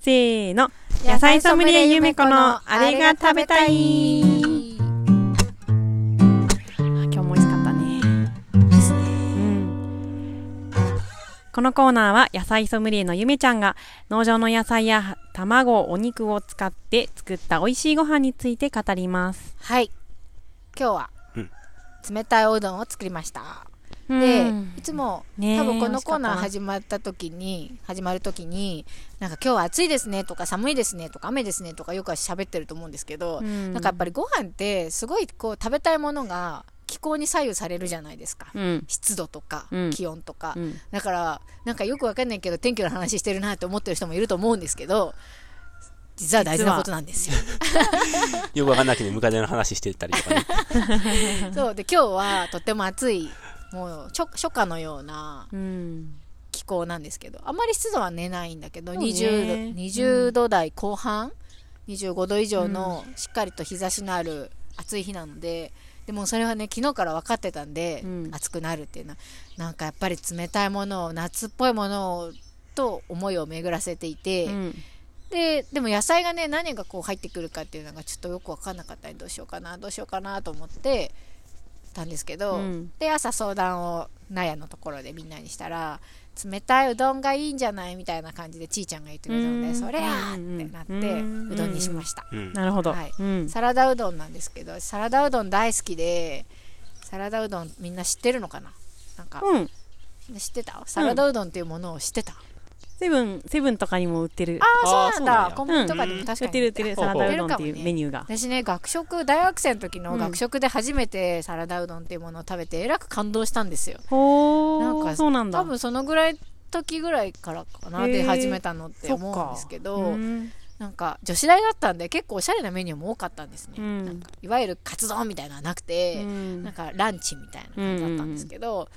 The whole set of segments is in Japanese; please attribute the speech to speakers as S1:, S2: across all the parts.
S1: せーの野菜ソムリエゆめこのあれが食べたい今日も美味しかったね
S2: です
S1: う
S2: ね
S1: んこのコーナーは野菜ソムリエのゆめちゃんが農場の野菜や卵お肉を使って作った美味しいご飯について語ります
S2: はい今日は
S3: うん
S2: 冷たいおうどんを作りました、
S1: う
S2: で
S1: ん
S2: いつも
S1: ねえ
S2: 多分このコーナー
S1: 美味し
S2: 始まった時に始まる時になんか今日は暑いですねとか寒いですねとか雨ですねとかよく喋ってると思うんですけど、
S1: うん
S2: なんかやっぱりご飯ってすごいこう食べたいものが気候に左右されるじゃないですか、
S1: うん
S2: 湿度とか
S1: うん
S2: 気温とか、
S1: うん
S2: だからなんかよくわかんないけど天気の話してるなって思ってる人もいると思うんですけど実は大事なことなんですよ。
S3: よくわかんないけど、ムカデの話してたりとか ね。
S2: そうで今日はとても暑いもう初初夏のような
S1: うん
S2: 気候なんですけどあんまり湿度は寝ないんだけど、
S1: そうね
S2: 20, 度
S1: う
S2: 20
S1: ん
S2: 度台後半、25度以上のしっかりと日差しのある暑い日なのででもそれはね昨日から分かってたんで、
S1: うん
S2: 暑くなるっていうのはなんかやっぱり冷たいものを夏っぽいものをと思いを巡らせていて、
S1: うん
S2: ででも野菜がね何がこう入ってくるかっていうのがちょっとよく分かんなかったんでどうしようかなどうしようかなと思ってたんですけど、
S1: うん
S2: で朝相談を納屋のところでみんなにしたら冷たいうどんがいいんじゃないみたいな感じでちいちゃんが言ってくれたの
S1: う
S2: で
S1: ん
S2: それやーってなって
S1: うん
S2: うどんにしました、
S3: うん。
S1: なるほど、
S2: はい
S1: うん
S2: サラダうどんなんですけどサラダうどん大好きでサラダうどんみんな知ってるのかななんか、
S1: うん
S2: 知ってたサラダうどんっていうものを知ってた、
S1: セブンセブンとかにも売ってる
S2: ああ
S3: あー
S2: そ
S3: そうう
S2: な
S3: なんん
S2: だ
S3: や
S2: コンビニとかでも
S3: うん
S2: 確か
S1: 売っ
S2: に
S1: てる売ってるサラダうどんってい
S2: ほうほ
S1: う
S2: う
S1: メニューが
S2: 私ね学食大学生の時の学食で初めてサラダうどんっていうものを食べてえらく感動したんですよ
S1: ほ
S2: なん
S1: ー
S2: か
S1: そうなんだ
S2: 多分そのぐらい時ぐらいからかな
S1: へー
S2: で始めたのって
S1: そっか
S2: 思うんですけ
S1: う
S2: ど
S1: ん
S2: なんか女子大だったんで結構おしゃれなメニューも多かったんですね、
S1: うん
S2: なんかいわゆるカツ丼みたいなのはなくて、
S1: うん
S2: なんかランチみたいな感じだったんですけど、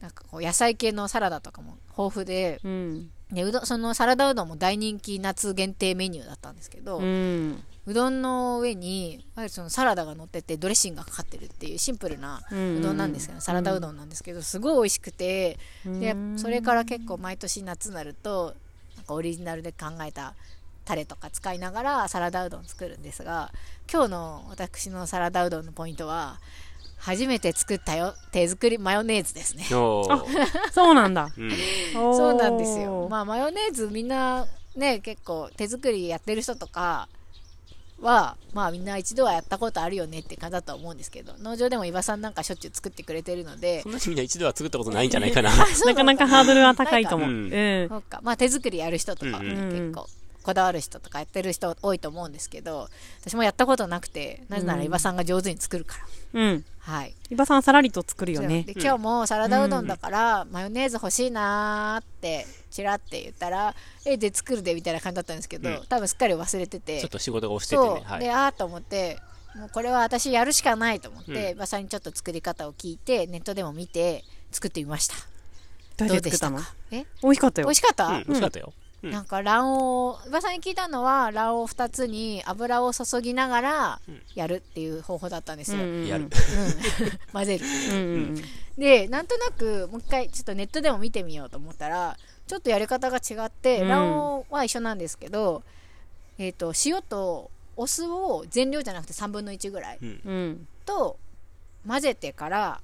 S2: なんかこう野菜系のサラダとかも豊富で
S1: うん
S2: でうどんそのサラダうどんも大人気夏限定メニューだったんですけど、
S1: うん
S2: うどんの上にいわゆるそのサラダが乗っててドレッシングがかかってるっていうシンプルな
S1: う
S2: うどんなんですけど、サラダうどんなんですけどすごい美味しくて、でそれから結構毎年夏になるとなんかオリジナルで考えたタレとか使いながらサラダうどん作るんですが今日の私のサラダうどんのポイントは初めて作ったよ手作りマヨネーズですね
S3: おー
S1: そうなん だ
S3: うん。
S2: そうなんですよ。まあマヨネーズみんなね結構手作りやってる人とかはまあみんな一度はやったことあるよねって感じだとは思うんですけど農場でも伊庭さんなんかしょっちゅう作ってくれてるので
S3: そんなにみんな一度は作ったことないんじゃないかな。
S1: なかなかハードルは高いと思うう
S3: なん
S1: ん
S3: か
S2: そうかまあ手作りやる人とかはね、
S3: うん
S1: うん
S2: 結構こだわる人とかやってる人多いと思うんですけど私もやったことなくてなぜなら伊庭さんが上手に作るから、
S1: うん
S2: はい
S1: 伊庭さんさらりと作るよね
S2: で今日もサラダうどんだから、マヨネーズ欲しいなーってチラって言ったら「えで作るで」みたいな感じだったんですけど、
S3: うん
S2: 多分すっかり忘れてて
S3: ちょっと仕事が押してて
S2: そう
S3: ね。、はい
S2: で。ああと思ってもうこれは私やるしかないと思って、
S3: うん
S2: 馬さんにちょっと作り方を聞いてネットでも見て作ってみました
S1: どうや
S2: どう
S1: って作
S2: でし
S1: った
S2: た
S1: の
S2: かえ
S1: 美味しかった
S2: 美
S1: よ
S2: 味しかった、
S3: うん、美味しかったよ。うん
S2: なんか卵黄馬さんに聞いたのは卵黄2つに油を注ぎながら
S3: うん
S2: やるっていう方法だったんです
S1: う
S2: よ、
S1: ん
S2: うん
S1: う ん
S3: やる。
S2: 混ぜる
S1: うん
S2: でなんとなくもう一回ちょっとネットでも見てみようと思ったらちょっとやり方が違って
S1: うん
S2: 卵黄は一緒なんですけど、えー、と塩とお酢を全量じゃなくて3分の1ぐらい
S3: うん。
S1: うんうん
S2: と混ぜてから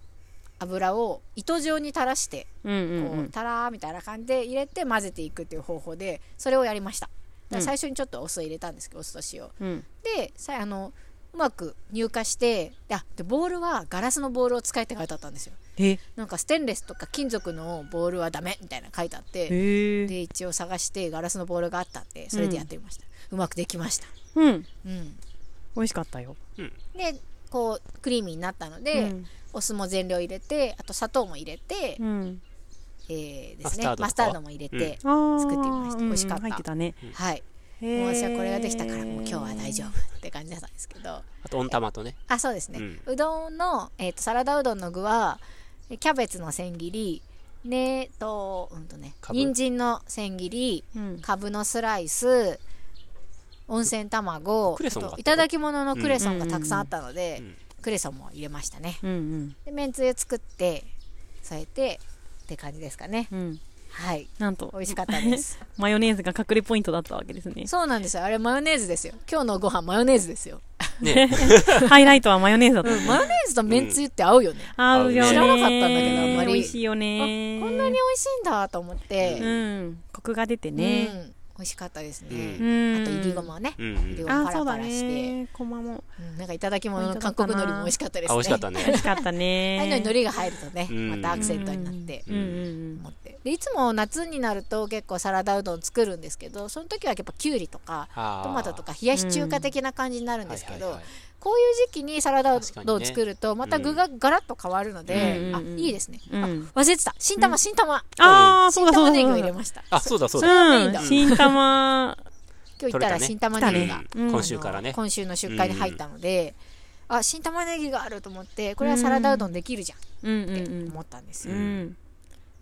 S2: 油を糸状に垂らして
S1: うんうん
S2: こ
S1: う
S2: うんたらーみたいな感じで入れて混ぜていくっていう方法でそれをやりましただから最初にちょっとお酢入れたんですけどお酢と塩
S1: うん
S2: でさあのうまく乳化してあでボールはガラスのボールを使えって書いてあったんですよ
S1: え
S2: なんかステンレスとか金属のボールはダメみたいなの書いてあって
S1: へえ
S2: で一応探してガラスのボールがあったんでそれでやってみました、うまくできました
S1: うん
S2: うん
S1: 美味しかったよ
S2: でこうクリーミーになったので、
S1: うん
S2: お酢も全量入れてあと砂糖も入れて、
S1: うん
S2: えーですね
S3: マスタードとか
S2: マスタードも入れて、
S1: あー
S2: 作ってみました美味しかっ
S1: う
S2: た
S1: んうん入ってたね
S2: はいもう私はこれができたからもう今日は大丈夫って感じだったんですけど
S3: あと、温玉とね。
S2: あそうですね、う
S3: う
S2: どんの、えー、とサラダうどんの具はえキャベツの千切りねとうんとね
S3: かぶ
S2: 人参の千切り
S1: 夫うん
S2: かぶのスライス温泉卵
S3: クレソンがあっ
S2: あ
S3: たよ
S2: といただき物のクレソンがたくさんあったので、
S3: うん
S2: クレソンも入れましたね
S1: うん
S2: でめんつゆ作って添えてって感じですかね
S1: うんうん
S2: はい
S1: なんと
S2: 美味しかったです
S1: マヨネーズが隠れポイントだったわけですね
S2: そうなんですよあれマヨネーズですよ今日のご飯マヨネーズですよ、
S3: ね
S1: ハイライトはマヨネーズだった、
S2: マヨネーズとめんつゆって合うよね、
S1: 合うよね
S3: 知
S2: らなかったんだけどあんまり
S1: 美味しいよ
S2: あこん
S1: ね
S2: なに美味しいんだと思って、
S1: うんコクが出て
S2: う
S1: ね、
S2: ん、美味しかったです
S1: う
S2: ね、
S1: ん、
S2: あといりごまをね、
S3: うんう
S2: いり
S3: ん
S2: ご。ま
S1: あ
S2: パ
S1: そ
S2: ラ
S1: う
S2: パ
S1: だ
S2: ラして、
S1: ねごまも
S2: うんなんかいただき物の韓国海苔も美味しかったですね
S3: あ、美味しかった
S1: 美味
S3: ね。
S1: しかった
S2: あ
S1: ね
S2: あいうのに海苔が入るとね、
S3: うん
S2: またアクセントになって、
S1: うんうん
S2: 思ってでいつも夏になると結構サラダうどん作るんですけどその時はやっぱきゅうりとか
S3: あー
S2: トマトとか冷やし中華的な感じになるんですけ
S3: はい
S2: ど
S3: はいはい
S2: こういう時期にサラダう
S3: 確かにね
S2: どんを作るとまた具がガラッと変わるので、
S1: うん
S2: あ
S1: うんうん
S2: いいですね、
S1: うん
S2: あ忘れてた新玉新玉、
S1: ああそう
S2: 新
S1: だそう
S2: 玉
S1: だ
S2: ねぎ
S1: そ
S2: を入
S1: う
S2: れ
S1: だ
S2: ました
S3: あ、そうだそう
S1: う
S3: だ。
S2: いいんだ
S1: ん新玉
S2: 今日行ったら新玉ねぎが、
S3: 取れ
S1: うん
S3: 今週から
S2: あの
S3: ね。
S2: 今週の出荷に入ったので、あ新玉ねぎがあると思ってこれはサラダうどんできるじゃん
S1: うんう
S2: って
S1: ん
S2: 思ったんです
S1: う
S2: よ、
S1: ん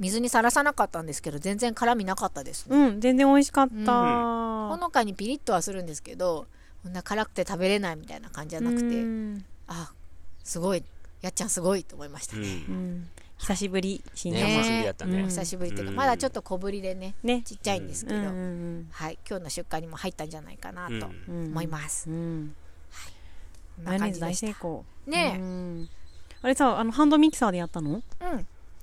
S2: 水にさらさなかったんですけど全然辛みなかったですね、
S1: うん全然美味しかった
S2: ほのかにピリッとはするんですけどこんな辛くて食べれないみたいな感じじゃなくて、
S1: うん
S2: あすごいやっちゃんすごいと思いました
S3: う。
S2: ね、
S1: うんん久しぶり新
S3: ね
S1: 玉
S2: ね
S3: お久しぶりだったね
S2: お。久しぶりっていうか、
S3: うん
S2: まだちょっと小ぶりでね
S1: ね
S2: ちっちゃいんですけ
S1: う
S2: ど、
S1: んうん
S2: はい今日の出荷にも入ったんじゃないかな
S3: うん
S2: と
S1: うんうん
S2: 思います、
S1: うん
S2: こん
S1: マ
S2: な
S1: ヨネー
S2: 感
S1: ズ
S2: じ
S1: 大
S2: でした
S1: 成功
S2: ねえ
S1: うんあれさあのハンドミキサーでやったの
S2: うん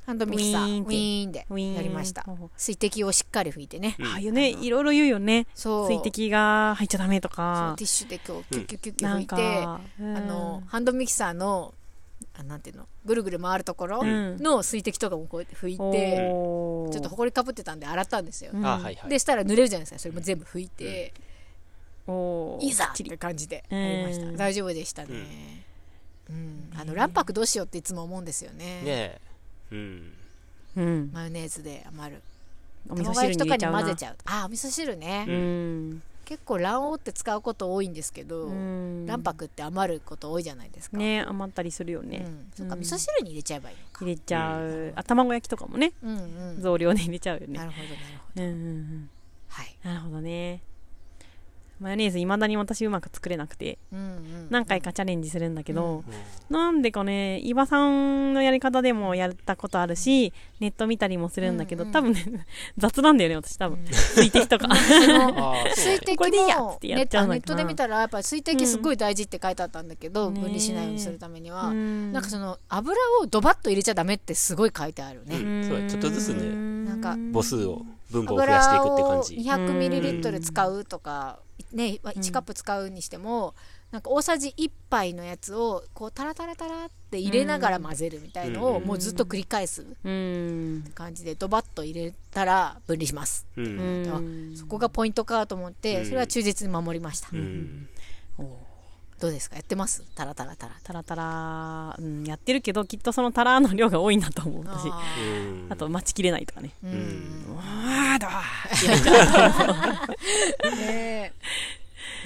S2: ハンドミキサー
S1: ウィ
S2: ウィーンで
S1: ウィーン
S2: やりました
S1: ほうほう
S2: 水滴をしっかり拭いてね、
S3: うん
S1: ああいうねいろいろ言うよね
S2: そう
S1: 水滴が入っちゃダメと
S2: そう
S1: か
S2: ティッシュでこうキュッキュッキュッキュ
S1: な
S2: ッ拭
S1: ん
S2: いて、
S1: かうん
S2: あのハンドミキサーのあなんていうのぐるぐる回るところ
S1: うん
S2: の水滴とかもこうやって拭いて、
S1: おー
S2: ちょっとほこりかぶってたんで洗ったんですよ、
S1: うん
S3: あ、はいはい
S2: で。したら濡れるじゃないですかそれも全部拭いて、
S1: おー
S2: いざって感じで
S1: うん
S2: やりました、大丈夫でしたね、うんあの卵白どうしようっていつも思うんですよね
S3: ねえ。うん。
S1: うん
S2: マヨネーズで余る
S1: お味噌
S2: 卵
S1: 汁
S2: 焼き
S1: に
S2: と
S1: 入れ
S2: かに
S1: ちゃうな
S2: 混ぜちゃうあお味噌汁ね、
S1: うん
S2: 結構卵黄って使うこと多いんですけど、
S1: うん
S2: 卵白って余ること多いじゃないですか、
S1: ね余ったりするよ
S2: う
S1: ね
S2: ん、そっか
S1: うん
S2: 味噌汁に入れちゃえばいいのか
S1: 入れちゃうあ卵焼きとかもね
S2: うんうん
S1: 増量で入れちゃうよね
S2: なるほどなるほど
S1: うんうんうん
S2: はい
S1: なるほどねマヨネーズいまだに私うまく作れなくて
S2: うんうん
S1: 何回かチャレンジするんだけど、なんでかね伊庭さんのやり方でもやったことあるしネット見たりもするんだけど、
S2: うんうん
S1: 多分ね 雑なんだよね私多分、水滴とか
S3: ああ、そ
S2: 水
S3: うだね。
S2: 滴
S1: こ
S2: も
S1: れでいいやっつってや
S2: ネ
S1: っ
S2: ッ
S1: ちゃう
S2: ト
S1: の
S2: ネ
S1: に
S2: ットで見たらやっぱり水滴すごい大事って書いてあったんだけど、
S1: うん
S2: 分離しないようにするためには、
S1: な
S2: なんかその油をドバッと入れちゃダメってすごい書いてあるね、
S3: うんそうちょっとずつね、
S1: なん
S2: んか
S3: 母数を、分母を増やしてい
S2: 油
S3: くって感
S2: を
S3: じ。
S2: 200ml 使うとか、ね、1カップ使うにしてもなんか大さじ1杯のやつをこうタラタラタラって入れながら混ぜるみたいのを
S3: うん
S2: もうずっと繰り返す
S1: うん
S2: 感じでドバッと入れたら分離します
S3: う。
S1: うんん
S2: そこがポイントかと思って
S3: うん
S2: それは忠実に守りました、
S3: うん。
S2: どうですかやってますタラタラタラ
S1: タラタラ、うん、やってるけどきっとそのタラの量が多いんだと思う私あ
S2: あ
S3: うん
S1: と待ちきれないとかね
S2: ーう
S3: うんん。
S1: ああだ
S2: ねえ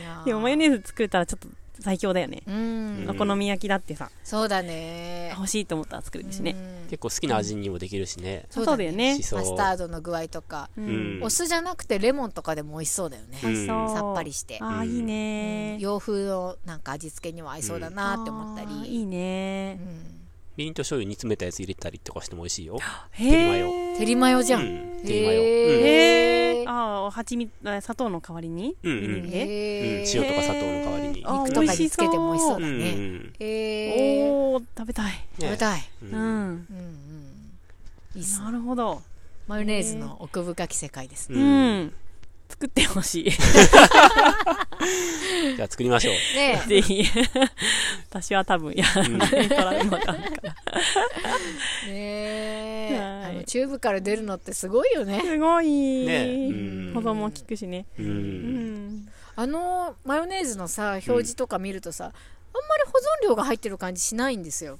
S2: いやー
S1: でもマヨネーズ作れたらちょっと最強だよね、
S2: うん
S3: ん
S1: お好み焼きだってさ
S2: そうだね
S1: 欲しいと思ったら作れるしね、
S2: うん
S3: 結構好きな味にもできるしね。
S1: そ
S2: そうう
S1: だ
S2: だ
S1: よ
S2: ね
S1: ね
S3: しそ
S2: マ
S3: う。
S2: スタードの具合とか、
S1: う
S3: うん
S2: お酢じゃなくてレモンとかでも美味しそうだよね、
S3: うん
S1: そう
S2: さっぱりして
S1: あーいいね
S2: 洋風のなんか味付けには合いそうだなって思ったり、
S1: あーいいね
S3: みりんと醤油煮詰めたやつ入れたりとかしても美味しいよ。
S1: へ
S2: うん
S1: え
S2: 照りマヨじ
S3: う
S2: ゃん、
S3: ん。照りマヨ。うん
S2: へー
S1: ああお蜂蜜あ砂糖の代わりに
S3: うんうん
S1: みりんで
S2: へ
S3: うん
S2: ー
S3: 塩とか砂糖の代わりに
S1: あー
S2: 肉とかにつけても美味しそ
S1: 美
S2: うだ
S3: うんう
S2: ね、
S3: ん。
S2: へー
S1: おー食べたい
S2: 食べたい、
S3: う。
S1: うんん
S2: うんうんいいっすね
S1: なるほど
S2: マヨネーズの奥深き世 界ですね
S1: う
S3: うん
S1: ん作ってほしい
S3: じゃあ作りましょう。
S2: ねえ
S1: ぜひ私は多分やらないからうまくあるから
S2: ね
S1: は
S2: え
S1: い
S2: あのチューブから出るのってすごいよね
S1: すごい
S3: ねうん
S1: 子供聞くしね
S3: う。
S1: うんん
S2: あのマヨネーズのさ表示とか見るとさ、あんまり保存量が入ってる感じしないんですよ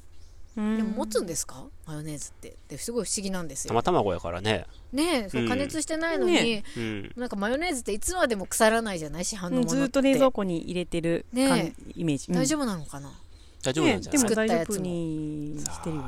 S2: でも持つんですかマヨネーズってってすごい不思議なんですよ
S3: 生卵やからね。
S2: ねえそう
S3: うん
S2: 加熱してないのに、
S1: ね
S3: うん。
S2: なんかマヨネーズっていつまでも腐らないじゃない市販
S1: う
S2: の
S1: ん
S2: ものって
S1: ずっと冷蔵庫に入れてる
S2: ね
S1: 感イメージ
S2: 大丈
S1: 夫
S2: 夫なのかな、
S3: 大丈夫な
S1: ね
S3: んじゃ
S1: で
S3: ない
S1: も
S2: 作った
S1: 大丈
S2: やつも
S1: 夫にしてるよね
S2: もう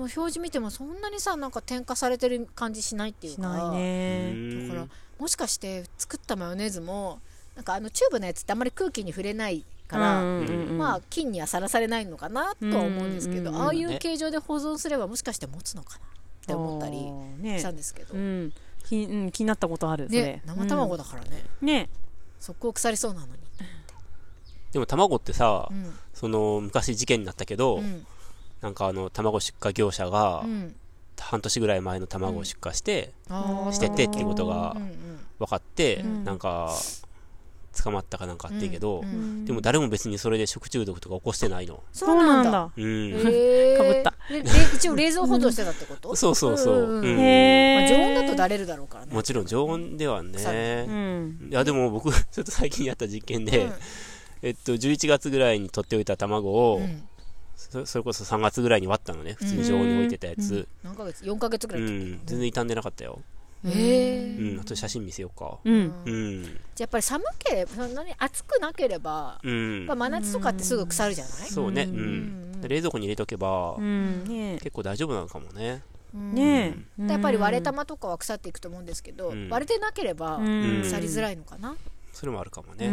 S2: 表示見てもそんなにさなんか添加されてる感じしないっていう
S1: し
S2: か
S1: ないね
S2: だからもしかして作ったマヨネーズもなんかあのチューブのやつってあんまり空気に触れないから、まあ菌にはさらされないのかなとは思うんですけど、
S1: うん
S2: ああい
S3: そうだ
S2: う
S3: ね
S2: 形状で保存すればもしかして持つのかな、って思ったり
S1: おーね
S2: したんですけど、
S1: うん気うん、気になったことあるそれ、
S2: ね生卵だからね、
S1: うんね
S2: 速攻腐りそうなのに、
S3: でも卵ってさ、
S2: うん
S3: その昔事件になったけど、なんかあの卵出荷業者が
S2: うん
S3: 半年ぐらい前の卵を出荷して、
S2: あー
S3: しててっていうことが
S2: うんうん
S3: 分かって、
S1: うん
S3: なんか捕まったかなんかあってんけど、
S2: うん
S3: でも誰も別にそれで食中毒とか起こしてないの。
S1: そうなんだ
S3: うん。
S2: へー
S1: かぶった
S2: でで一応冷蔵保存してたってこと、
S3: そうそうそう。
S2: うんうん
S3: うん
S2: ま
S1: へ
S2: あ、
S1: え
S2: 常温だとだれるだろうからね
S3: もちろん常温では
S2: 腐
S1: う
S3: ね。
S1: ん
S3: いや、でも僕、ち ょっと最近やった実験で、
S2: うん
S3: えっと、11月ぐらいに取っておいた卵を、
S2: うん
S3: そそれこそ3月ぐらいに割ったのね。普通に常温に置いてたやつ。
S2: 何ヶ月4ヶ月ぐ
S3: う
S2: ら
S3: ん。
S2: い経っ
S3: 全然傷んでなかったよ。
S2: てへ
S3: う
S2: え
S3: ん。あと写真見せようか。
S1: うん
S3: うん。
S2: やっぱり寒ければそんなに暑くなければ、
S3: うん
S2: まあ、。真夏とかってすぐ腐るじゃない、
S3: そうね。う
S1: うん
S3: ん
S2: うん。
S3: 冷蔵庫に入れとけば
S1: う、んね
S3: 結構大丈夫なのかもね。
S2: うん
S1: ね
S2: やっぱり割れ玉とかは腐っていくと思うんですけど、
S3: うん
S2: 割れてなければ
S1: うん
S2: 腐りづらいのかな、
S3: それもあるかも
S1: うんうん
S3: ね。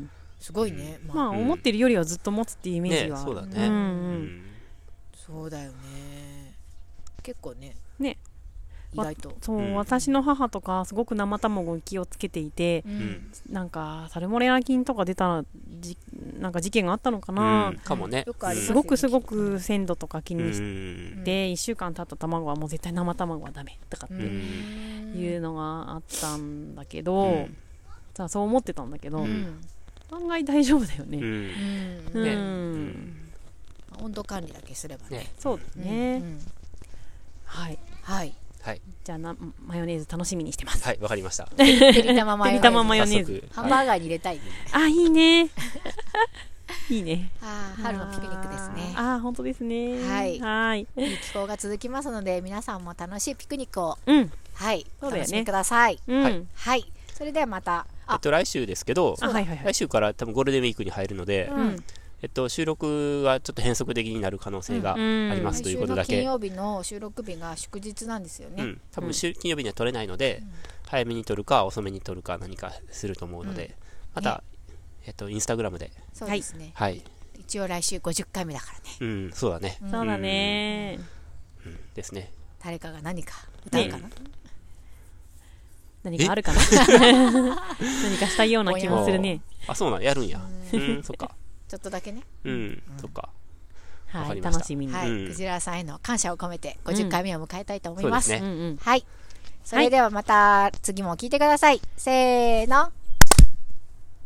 S1: うん
S2: すごいね、
S1: うん
S2: ま
S1: ま
S2: あ、
S1: あ思ってるよりはずっと持つっていうイメージ
S3: ね
S1: があ
S3: そう
S1: る、
S3: だ
S1: う
S3: ね。うん
S1: うん
S3: ん。
S2: そうだよね結構ね
S1: ね
S2: 意外と
S1: そう、
S3: うん
S1: 私の母とかすごく生卵に気をつけていて
S2: う
S3: うんん。
S1: なんかサルモネラ菌とか出たじなんか事件があったのかな、
S3: うん。かもね。
S2: よくあり
S1: すごくすごく鮮度とか気
S3: う
S1: にし
S3: ん。
S1: て、1週間経った卵はもう絶対生卵はダメとかっ
S3: う
S1: て
S3: ん。
S1: いうのがあったんだけど、
S3: うん
S1: さあそう思ってたんだけど、
S3: うん
S1: 案外大丈夫だよ
S3: う
S1: ね。
S3: ん
S2: う。ん
S1: うん、
S3: ね
S2: 温度管理だけすればね
S3: ね。
S1: そうです
S2: う
S1: ね、
S2: んうん
S1: はい
S2: はい
S3: はい。
S1: じゃあなマヨネーズ楽しみにしてます。
S3: はい、わかりました。
S2: てりたまマヨネー
S1: てり
S2: ズ
S1: たまマヨ
S3: 早
S1: ネーズ
S3: 速。
S2: ハンバーガーに入れたいね
S1: あいい ねいいね
S2: あー春のピクニックですね
S1: あー本当ですね
S2: はい
S1: はい
S2: いい気候が続きますので皆さんも楽しいピクニックを
S1: うん
S2: はい
S1: そう
S2: お
S1: だよね
S2: 楽しみください
S1: うん、
S3: はい
S2: はいそれではまた
S3: え
S2: あ
S3: っと、来週ですけど、
S1: あはいはいはい
S3: 来週から多分ゴールデンウィークに入るので、
S2: うん
S3: えっと、収録がちょっと変則的になる可能性があ
S1: うん
S3: りますということだ
S2: 来週
S3: け。
S2: の金曜日の収録日が祝日なんですよ
S3: う
S2: ね。
S3: ん、多分週金曜日には撮れないので、早めに撮るか遅めに撮るか何かすると思うので、また、えっと、インスタグラムで、
S2: そうですね。
S3: はい、
S2: 一応来週50回目だからね。
S3: うん、そうだね、
S1: そうだね
S3: ですね。
S2: 誰かが何か歌うかな。
S1: 何かあるかな 何かしたいような気もするね
S3: あ、そうなん、やるんや。うん、そっか。
S2: ちょっとだけね。
S3: うん、そっか。わ
S1: は
S3: か
S1: い
S3: りました
S1: 楽しみに、
S2: はい。
S3: うん
S2: クジラさんへの感謝を込めて50回目を迎えたいと思います。
S3: そうですね
S1: うんうん
S2: はい。それではまた次も聞いてください。せーの。